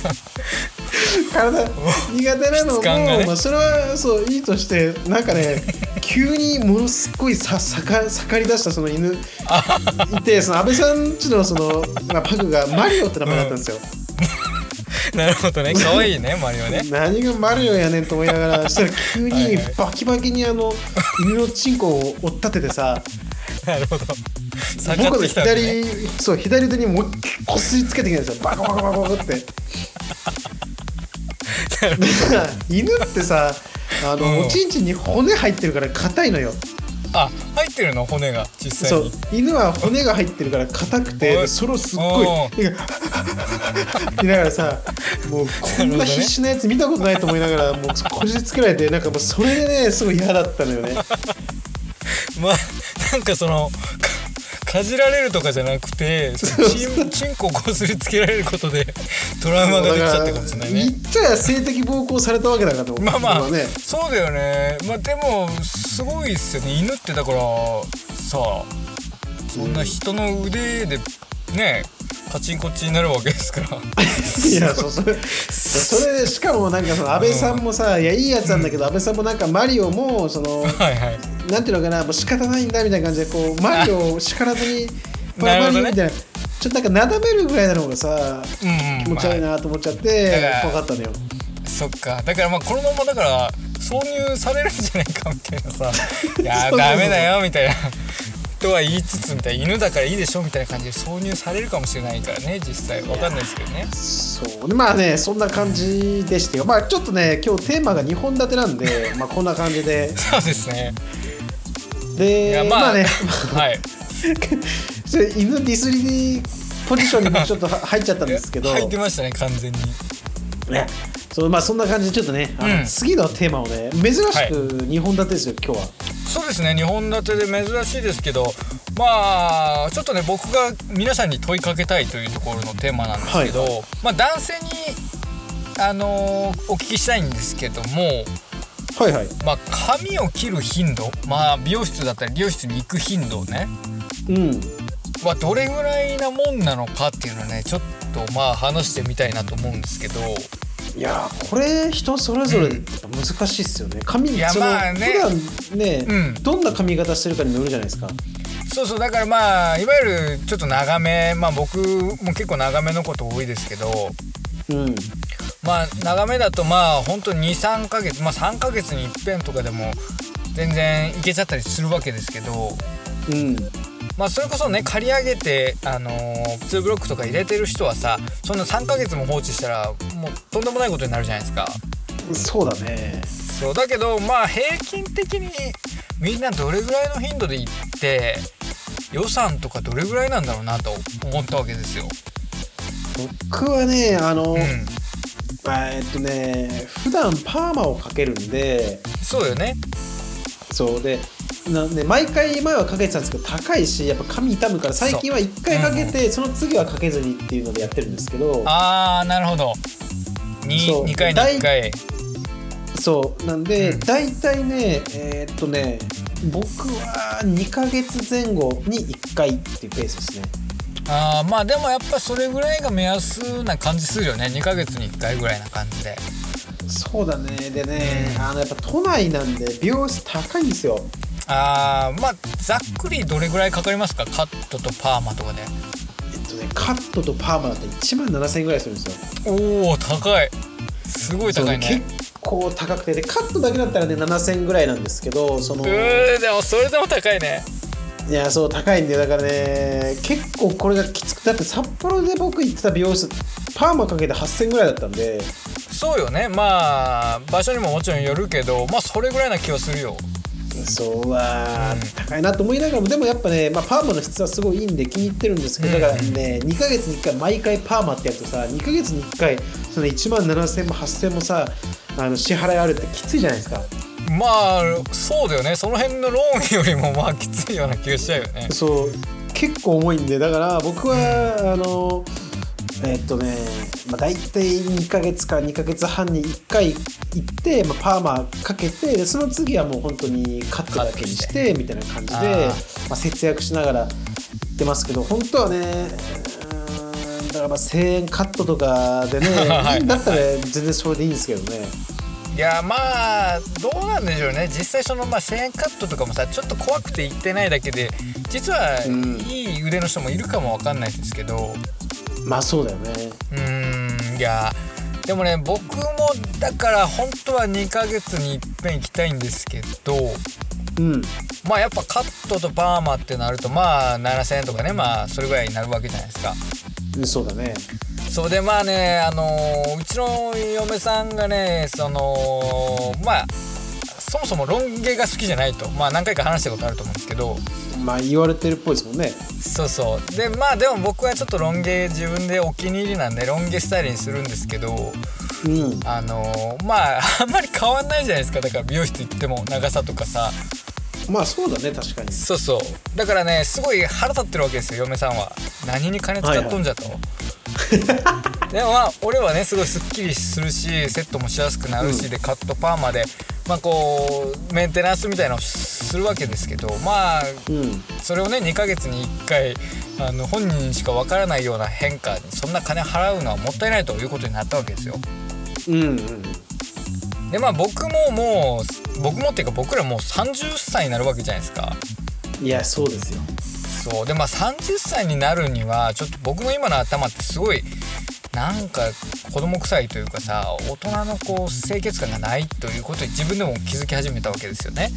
[SPEAKER 2] 体苦手なの
[SPEAKER 1] 質感が
[SPEAKER 2] も、
[SPEAKER 1] ね
[SPEAKER 2] まあ、それはそういいとしてなんかね急にものすごいささか盛り出したそ の犬いてその安倍さんちのその、まあ、パグがマリオって名前だったんですよ、
[SPEAKER 1] なるほどね可愛いねマリオね
[SPEAKER 2] 何がマリオやねんと思いながらそしたら急
[SPEAKER 1] はい
[SPEAKER 2] に
[SPEAKER 1] はい
[SPEAKER 2] バキバキにあの犬のチンコを追っ立ててさ
[SPEAKER 1] なるほど下が
[SPEAKER 2] 僕
[SPEAKER 1] っ
[SPEAKER 2] の
[SPEAKER 1] てきたわけね
[SPEAKER 2] 左そう左腕にもうこすりつけてきたんですよバコバコバコバ コって
[SPEAKER 1] なるほど
[SPEAKER 2] 犬ってさあの、
[SPEAKER 1] うん
[SPEAKER 2] おちんちんに骨入ってるから硬いのよ
[SPEAKER 1] あ入ってるの骨が実際
[SPEAKER 2] そ
[SPEAKER 1] に
[SPEAKER 2] う犬は骨が入ってるから硬くて
[SPEAKER 1] お
[SPEAKER 2] で
[SPEAKER 1] い
[SPEAKER 2] それをすっごい
[SPEAKER 1] お
[SPEAKER 2] なんか 見ながらさもうこんな必死なやつ見たことないと思いながらもうこじつけられてなんかもうそれでねすごい嫌だったのよ ね
[SPEAKER 1] まあなんかそのかかじられるとかじゃなくてそのチンチンコをこすりつけられることでトラウマができちゃったかもしれない
[SPEAKER 2] 言
[SPEAKER 1] ね
[SPEAKER 2] ったら性的暴行されたわけだからと
[SPEAKER 1] まあま
[SPEAKER 2] 僕
[SPEAKER 1] あ、
[SPEAKER 2] はね
[SPEAKER 1] そうだよねまあでもすごいっすよね犬ってだからさそんな人の腕でねカチンコチンになるわけです から
[SPEAKER 2] いやそうそれ それでしかもなんかその安倍さんもさ、いやいいやつなんだけど、安倍さんもなんかマリオもその
[SPEAKER 1] はいはい
[SPEAKER 2] なんていうのかなもう仕方ないんだみたいな感じでこうマリオを叱らず に
[SPEAKER 1] なるほどね
[SPEAKER 2] みたいなちょっとなんかなだめるぐらいなのがさ
[SPEAKER 1] うんう
[SPEAKER 2] 気
[SPEAKER 1] ん、
[SPEAKER 2] 持
[SPEAKER 1] ま
[SPEAKER 2] ち悪い
[SPEAKER 1] あ、
[SPEAKER 2] なと思っちゃって
[SPEAKER 1] だから
[SPEAKER 2] 分かったのよ
[SPEAKER 1] そっかだからまあこのままだから挿入されるんじゃないかみたいな さ「いやー
[SPEAKER 2] そうそうそう
[SPEAKER 1] ダメだよ」みたいなとは言いつつみたいな犬だからいいでしょみたいな感じで挿入されるかもしれないからね実際わかんないですけどね
[SPEAKER 2] そうでまあねそんな感じでしたよまあちょっとね今日テーマが2本立てな んでまあこんな感じで
[SPEAKER 1] そうですねいや
[SPEAKER 2] で
[SPEAKER 1] まあ
[SPEAKER 2] まあね
[SPEAKER 1] はい
[SPEAKER 2] ちょっと犬ディスりポジションにもちょっと入っちゃったんですけど
[SPEAKER 1] 入ってましたね完全に
[SPEAKER 2] ねそうまあそんな感じでちょっとね、あの
[SPEAKER 1] うん
[SPEAKER 2] 次のテーマをね珍しく
[SPEAKER 1] はい
[SPEAKER 2] 2本立てですよ今日は、
[SPEAKER 1] そうですね2本立てで珍しいですけどまあちょっとね僕が皆さんに問いかけたいというところのテーマなんですけど、まあ男性にあのーお聞きしたいんですけども
[SPEAKER 2] はいはい
[SPEAKER 1] まあ、髪を切る頻度、まあ、美容室だったり美容室に行く頻度ね
[SPEAKER 2] うん
[SPEAKER 1] はどれぐらいなもんなのかっていうのをねちょっとまあ話してみたいなと思うんですけど
[SPEAKER 2] いやーこれ人それぞれやっぱ難しいっすよね髪
[SPEAKER 1] いや
[SPEAKER 2] その
[SPEAKER 1] まあね
[SPEAKER 2] 普段ね、
[SPEAKER 1] うん
[SPEAKER 2] どんな髪型してるかにもよるじゃないですか
[SPEAKER 1] そうそうだからまあいわゆるちょっと長めまあ僕も結構長めのこと多いですけど
[SPEAKER 2] うん
[SPEAKER 1] まあ長めだとまあ本当に23ヶ月まあ3ヶ月に一遍とかでも全然いけちゃったりするわけですけど
[SPEAKER 2] うん
[SPEAKER 1] まあそれこそね借り上げて、あのー、2ブロックとか入れてる人はさそんな3ヶ月も放置したらもうとんでもないことになるじゃないですか
[SPEAKER 2] そうだね
[SPEAKER 1] そうだけどまあ平均的にみんなどれぐらいの頻度で行って予算とかどれぐらいなんだろうなと思ったわけですよ。
[SPEAKER 2] 僕はねあの、
[SPEAKER 1] うん、
[SPEAKER 2] あえっとね普段パーマをかけるんで
[SPEAKER 1] そうよね。
[SPEAKER 2] そうでなんで毎回前はかけてたんですけど高いしやっぱ髪傷むから最近は1回かけてそ,、の次はかけずにっていうのでやってるんですけど
[SPEAKER 1] あーなるほど。
[SPEAKER 2] そ
[SPEAKER 1] 2,
[SPEAKER 2] う
[SPEAKER 1] 二回に1回。
[SPEAKER 2] そうなんで、
[SPEAKER 1] うん
[SPEAKER 2] 大体ねえーっとね僕は2ヶ月前後に1回っていうペースですね
[SPEAKER 1] あーまあでもやっぱそれぐらいが目安な感じするよね2ヶ月に1回ぐらいな感じで。
[SPEAKER 2] そうだねでね、
[SPEAKER 1] うん
[SPEAKER 2] あのやっぱ都内なんで美容室高いんですよ
[SPEAKER 1] あーまあざっくりどれぐらいかかりますかカットとパーマとかで
[SPEAKER 2] えっとねカットとパーマだって1万7000円ぐらいするんですよ
[SPEAKER 1] おお高いすごい
[SPEAKER 2] そう
[SPEAKER 1] 高いね
[SPEAKER 2] 結構高くてでカットだけだったらね7000円ぐらいなんですけどその
[SPEAKER 1] う
[SPEAKER 2] い
[SPEAKER 1] ーでもそれでも高いね
[SPEAKER 2] やそう高いんでだからね結構これがきつくてだって札幌で僕行ってた美容室パーマかけて8000円ぐらいだったんで
[SPEAKER 1] そうよねまあ場所にももちろんよるけどまあそれぐらいな気はするよ
[SPEAKER 2] そうは
[SPEAKER 1] うん
[SPEAKER 2] 高いなと思いながらもでもやっぱね、まあ、パーマの質はすごいいいんで気に入ってるんですけど
[SPEAKER 1] うん
[SPEAKER 2] だからね2ヶ月に1回毎回パーマってやるとさ2ヶ月に1回その1万7000も8000もさあの支払いあるってきついじゃないですか
[SPEAKER 1] まあそうだよねその辺のローンよりもまあきついような気がしちゃうよね
[SPEAKER 2] そう結構重いんでだから僕はあのえっとね、まあ、大体2ヶ月から2ヶ月半に1回行って、まあ、パーマかけてでその次はもう本当にカットだけにしてみたいな感じ
[SPEAKER 1] あ
[SPEAKER 2] で
[SPEAKER 1] ー、
[SPEAKER 2] まあ、節約しながら行ってますけど本当はねうーんだからまあ1000円カットとか でね
[SPEAKER 1] はい
[SPEAKER 2] だったら全然それでいいんですけどね
[SPEAKER 1] いやまあどうなんでしょうね実際その、まあ、1,000円カットとかもさちょっと怖くて行ってないだけで実は
[SPEAKER 2] うん
[SPEAKER 1] いい腕の人もいるかもわかんないですけど
[SPEAKER 2] まあそうだよね
[SPEAKER 1] うーんいやでもね僕もだから本当は2ヶ月にいっぺん行きたいんですけど
[SPEAKER 2] うん
[SPEAKER 1] まあやっぱカットとパーマってなるとまあ7,000円とかねまあそれぐらいになるわけじゃないですか。
[SPEAKER 2] そうだね
[SPEAKER 1] それでまあねあのーうちの嫁さんがねそのまあそもそもロン毛が好きじゃないとまあ何回か話したことあると思うんですけど
[SPEAKER 2] まあ言われてるっぽいですもんね
[SPEAKER 1] そうそうでまあでも僕はちょっとロン毛自分でお気に入りなんでロン毛スタイルにするんですけど
[SPEAKER 2] うん
[SPEAKER 1] あのーまあ あんまり変わんないじゃないですかだから美容室行っても長さとかさ
[SPEAKER 2] まあそうだね確かに
[SPEAKER 1] そうそうだからねすごい腹立ってるわけですよ嫁さんは何に金使っとんじゃと、 でもまあ俺はねすごいすっきりするしセットもしやすくなるし、
[SPEAKER 2] うん
[SPEAKER 1] でカットパーマでまあこうメンテナンスみたいなのをするわけですけどまあ
[SPEAKER 2] うん
[SPEAKER 1] それをね2ヶ月に1回あの本人にしかわからないような変化にそんな金払うのはもったいないということになったわけですよ
[SPEAKER 2] うん
[SPEAKER 1] でまあ僕ももう僕もっていうか僕らもう30歳になるわけじゃないですか
[SPEAKER 2] うんいやそうですよ
[SPEAKER 1] そうでまあ30歳になるにはちょっと僕の今の頭ってすごいなんか子供臭いというかさ大人のこう清潔感がないということに自分でも気づき始めたわけですよね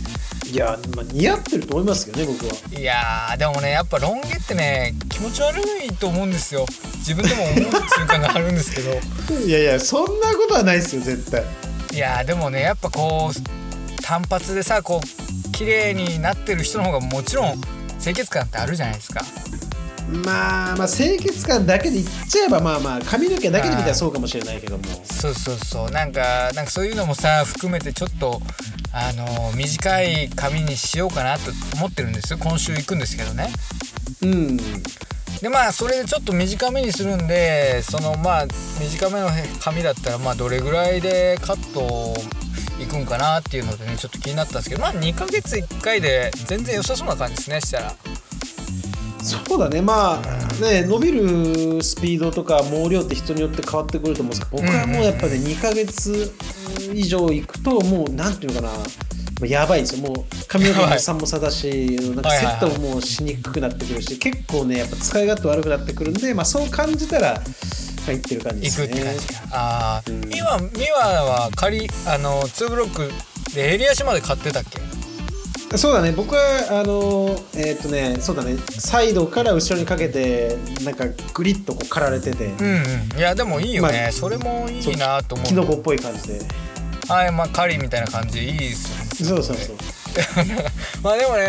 [SPEAKER 2] いや、まあ、似合ってると思いますけどね僕はい
[SPEAKER 1] やーでもねやっぱロン毛ってね気持ち悪いと思うんですよ自分でも思う瞬間があるんですけど
[SPEAKER 2] いやいやそんなことはないですよ絶対
[SPEAKER 1] いやーでもねやっぱこう単発でさこう綺麗になってる人の方がもちろん清潔感ってあるじゃないですか
[SPEAKER 2] まあまあ清潔感だけで言っちゃえばまあまあ髪の毛だけで見たらそうかもしれないけども
[SPEAKER 1] そうそうそうなんかなんかそういうのもさ含めてちょっとあの短い髪にしようかなと思ってるんですよ今週行くんですけどね
[SPEAKER 2] うん
[SPEAKER 1] でまあそれでちょっと短めにするんでそのまあ短めの髪だったらまあどれぐらいでカットいくんかなっていうのでねちょっと気になったんですけどまあ2ヶ月1回で全然良さそうな感じですねしたら
[SPEAKER 2] そうだねまあね伸びるスピードとか毛量って人によって変わってくると思うんですけど僕はもうやっぱね2ヶ月以上いくともうなんていうのかなもうやばいですよもう髪の毛もさんもさだし、なんかセットももうしにくくなってくるし、結構ねやっぱ使い勝手悪くなってくるんで、まあ、そう感じたら、まあ、いってる感じで
[SPEAKER 1] 行
[SPEAKER 2] す
[SPEAKER 1] くっ
[SPEAKER 2] ね
[SPEAKER 1] て感じかああ
[SPEAKER 2] うん
[SPEAKER 1] ミワミワは仮あの2ブロックでエリア島で買ってたっけ
[SPEAKER 2] そうだね僕はあのえーっ、とねそうだねサイドから後ろにかけてなんかグリッとこう刈られてて、
[SPEAKER 1] うんうん、いやでもいいよね、
[SPEAKER 2] まあ
[SPEAKER 1] それもいいなと思
[SPEAKER 2] キノ
[SPEAKER 1] う
[SPEAKER 2] コっぽい感じで
[SPEAKER 1] はいまあカリーみたいな感じでいいですよ
[SPEAKER 2] そ
[SPEAKER 1] ね
[SPEAKER 2] うそうそう
[SPEAKER 1] まあでもね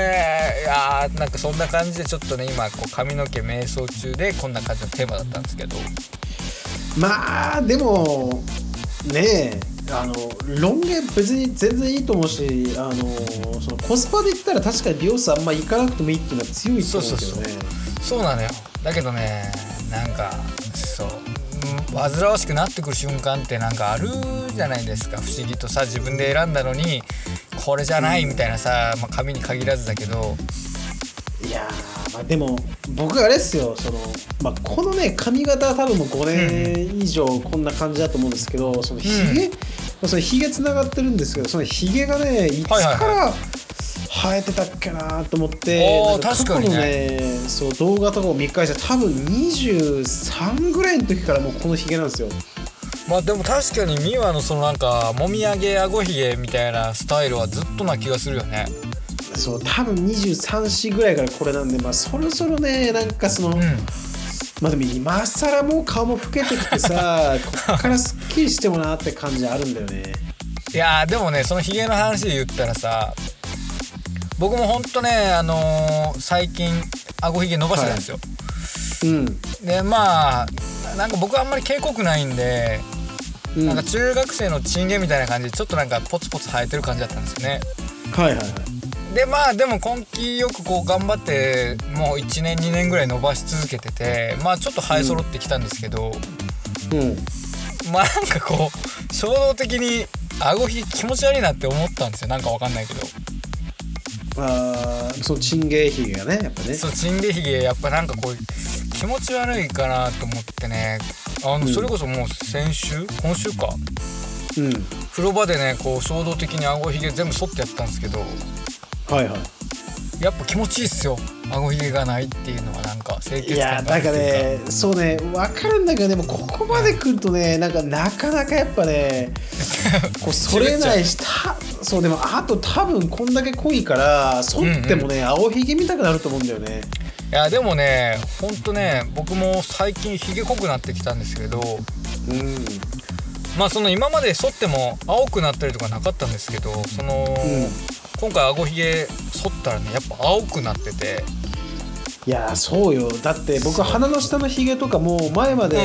[SPEAKER 1] いやーなんかそんな感じでちょっとね今こう髪の毛瞑想中でこんな感じのテーマだったんですけど
[SPEAKER 2] まあでもねえあのロン毛別に全然いいと思うしあのそのコスパで言ったら確かに美容室あんま行かなくてもいいっていうのは強いと思うけどね
[SPEAKER 1] そうそうなのよだけどねなんかそううん煩わしくなってくる瞬間ってなんかあるじゃないですか不思議とさ自分で選んだのにこれじゃないみたいなさ、まあ、髪に限らずだけど
[SPEAKER 2] いやーまあでも僕あれっすよその、まあ、このね髪型は多分もう5年以上こんな感じだと思うんですけど、そのひげ、まあそのひげつながってるんですけどそのひげがねいつか
[SPEAKER 1] はいはい
[SPEAKER 2] ら生えてたっけなと思って、
[SPEAKER 1] おー
[SPEAKER 2] なん
[SPEAKER 1] 確かにね
[SPEAKER 2] 過去のねそう動画とかを見返したら多分23ぐらいの時からもうこのひげなんですよ
[SPEAKER 1] まあでも確かにミワのそのなんかもみあげあごひげみたいなスタイルはずっとな気がするよね
[SPEAKER 2] そう多分23歳ぐらいからこれなんでまあそろそろねなんかその、
[SPEAKER 1] うん
[SPEAKER 2] まあでも今更もう顔も老けてきてさこっからすっきりしてもなって感じあるんだよね
[SPEAKER 1] いやーでもねそのひげの話で言ったらさ僕もほんとねあのー最近あごひげ伸ばしてたんですよ、
[SPEAKER 2] うん、
[SPEAKER 1] でまあななんか僕あんまり警告ないんで、
[SPEAKER 2] うん、
[SPEAKER 1] なん
[SPEAKER 2] は
[SPEAKER 1] か
[SPEAKER 2] い
[SPEAKER 1] 中学生のチン毛みたいな感じでちょっとなんかポツポツ生えてる感じだったんですよね
[SPEAKER 2] はいはい
[SPEAKER 1] でまあでも根気よくこう頑張ってもう1年2年ぐらい伸ばし続けててまあちょっと生え揃ってきたんですけど、
[SPEAKER 2] うん
[SPEAKER 1] まあなんかこう衝動的に顎ひげ気持ち悪いなって思ったんですよなんかわかんないけど
[SPEAKER 2] あーそのチンゲーヒゲがねやっぱね
[SPEAKER 1] そうチンゲひげやっぱなんかこう気持ち悪いかなと思ってねあの、
[SPEAKER 2] うん
[SPEAKER 1] それこそもう先週今週か
[SPEAKER 2] うん
[SPEAKER 1] 風呂場でねこう衝動的に顎ひげ全部剃ってやったんですけど
[SPEAKER 2] はいは
[SPEAKER 1] やっぱ気持ちいいっすよ顎ひげがないっていうのはなんか清
[SPEAKER 2] い
[SPEAKER 1] 潔
[SPEAKER 2] い
[SPEAKER 1] 感
[SPEAKER 2] や
[SPEAKER 1] があ
[SPEAKER 2] な
[SPEAKER 1] る
[SPEAKER 2] ん
[SPEAKER 1] って
[SPEAKER 2] か
[SPEAKER 1] いう
[SPEAKER 2] ねそうね分かるんだけどでもここまで来るとねなんかなかなかやっ ぱねこうそれないしたそうでもあと多分こんだけ濃いから剃ってもね、青ひげ見たくなると思うんだよね
[SPEAKER 1] いやでもねほんとね僕も最近ひげ濃くなってきたんですけど
[SPEAKER 2] うん
[SPEAKER 1] まあその今まで剃っても青くなったりとかなかったんですけどその、
[SPEAKER 2] ん
[SPEAKER 1] 今回顎ひげ剃ったらねやっぱ青くなってて
[SPEAKER 2] いやそうよだって僕
[SPEAKER 1] そう
[SPEAKER 2] 鼻の下のひげとかも前まで
[SPEAKER 1] うん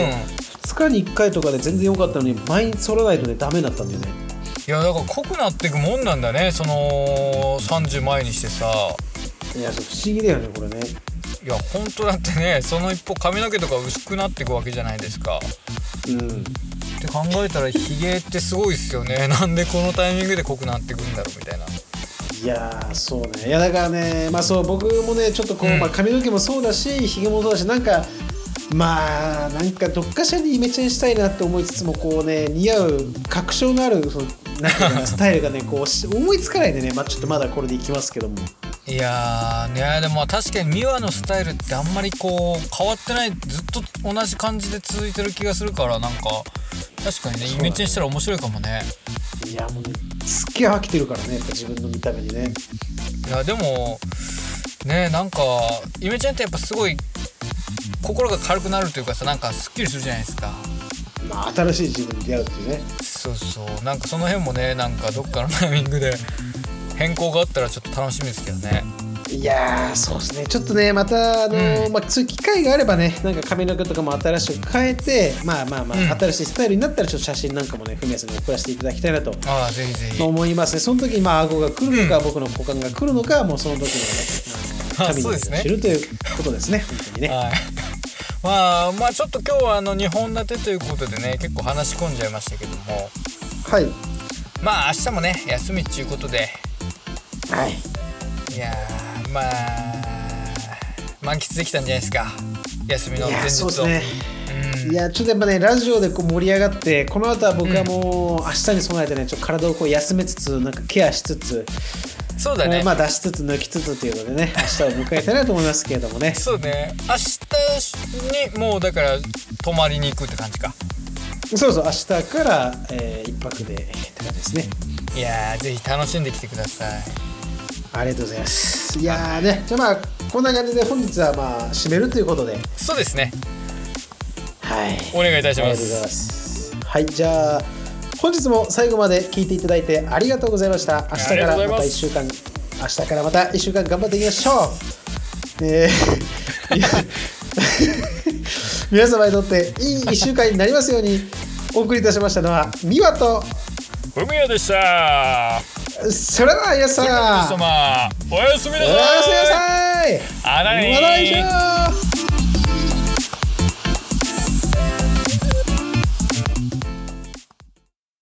[SPEAKER 2] 2日に1回とかで全然良かったのに毎日剃らないとねダメだったんだよね
[SPEAKER 1] いやだから濃くなっていくもんなんだねその30前にしてさ
[SPEAKER 2] いやそう不思議だよねこれね
[SPEAKER 1] いやほんとだってねその一歩髪の毛とか薄くなっていくわけじゃないですか
[SPEAKER 2] うん
[SPEAKER 1] って考えたらヒゲってすごいっすよね なんでこのタイミングで濃くなってくんだろうみたいない
[SPEAKER 2] やーそうねいやだからねまあそう僕もねちょっとこう、
[SPEAKER 1] うん
[SPEAKER 2] まあ、髪の毛もそうだしひげもそうだしなんかまあなんかどっかしらにイメチェンしたいなって思いつつもこうね似合う確証のあるそのなんていうかなスタイルがねこうし思いつかないんでね、まあ、ちょっとまだこれでいきますけども
[SPEAKER 1] いやーねでも確かにミワのスタイルってあんまりこう変わってないずっと同じ感じで続いてる気がするからなんか確かにね
[SPEAKER 2] そ
[SPEAKER 1] イ
[SPEAKER 2] うだね
[SPEAKER 1] メチェンしたら面白いかもね
[SPEAKER 2] いやもうねすっげえ飽きてるからねやっぱ自分の見た目にね
[SPEAKER 1] いやでもねなんかイメチェンってやっぱすごい心が軽くなるというかさなんかすっきりするじゃないですか
[SPEAKER 2] まあ新しい自分に出会うっていうね
[SPEAKER 1] そうそうなんかその辺もねなんかどっかのタイミングで変更があったらちょっと楽しみですけどね
[SPEAKER 2] いやーそうですねちょっとねまたあのー、
[SPEAKER 1] うん
[SPEAKER 2] まあ、そういう機会があればねなんか髪の毛とかも新しく変えてまあまあまあ、
[SPEAKER 1] うん
[SPEAKER 2] 新しいスタイルになったらちょっと写真なんかもねフミヤさんに送らせていただきたいなと
[SPEAKER 1] ああぜひぜひ
[SPEAKER 2] 思いますねその時にまあ顎が来るのか、僕の股間が来るのかもうその時のね
[SPEAKER 1] あ
[SPEAKER 2] 髪
[SPEAKER 1] そ
[SPEAKER 2] の
[SPEAKER 1] うで
[SPEAKER 2] 毛
[SPEAKER 1] す
[SPEAKER 2] が
[SPEAKER 1] ね
[SPEAKER 2] 知るということですね本当にね
[SPEAKER 1] はい まあまあちょっと今日はあの2本立てということでね結構話し込んじゃいましたけども
[SPEAKER 2] はい
[SPEAKER 1] まあ明日もね休みっちゅうことで
[SPEAKER 2] はい
[SPEAKER 1] いやーまあ満喫できたんじゃないですか休みの
[SPEAKER 2] い
[SPEAKER 1] 前
[SPEAKER 2] や
[SPEAKER 1] 日
[SPEAKER 2] そ
[SPEAKER 1] を
[SPEAKER 2] うですね
[SPEAKER 1] うん
[SPEAKER 2] いやちょっとやっぱねラジオでこう盛り上がってこの後は僕はもう明日に備えてねちょっと体をこう休めつつなんかケアしつつ
[SPEAKER 1] そうだね、
[SPEAKER 2] まあ出しつつ抜きつつということで ね明日を迎えたいなと思いますけれどもね
[SPEAKER 1] そうね明日にもうだから泊まりに行くって感じか
[SPEAKER 2] そうそう明日から、えー一泊でって感じですね
[SPEAKER 1] いやーぜひ楽しんできてください
[SPEAKER 2] ありがとうございますいやーねじゃあまあこんな感じで本日はまあ締めるということで
[SPEAKER 1] そうですね
[SPEAKER 2] はい
[SPEAKER 1] お願いいたし
[SPEAKER 2] あり
[SPEAKER 1] ま
[SPEAKER 2] がとうございますすはいじゃあ本日も最後まで聞いていただいてありがとうございました明日か
[SPEAKER 1] ありがとう
[SPEAKER 2] ら
[SPEAKER 1] ござい
[SPEAKER 2] ま
[SPEAKER 1] ま
[SPEAKER 2] た1
[SPEAKER 1] す
[SPEAKER 2] 週間明日からまた1週間頑張っていきましょうねえ いや皆様にとっていい1週間になりますようにお送りいたしましたのは美和と
[SPEAKER 1] ふみやでした
[SPEAKER 2] それでは皆さん
[SPEAKER 1] 皆様おやすみなさい
[SPEAKER 2] おやすみなさい
[SPEAKER 1] あらねー
[SPEAKER 2] また来週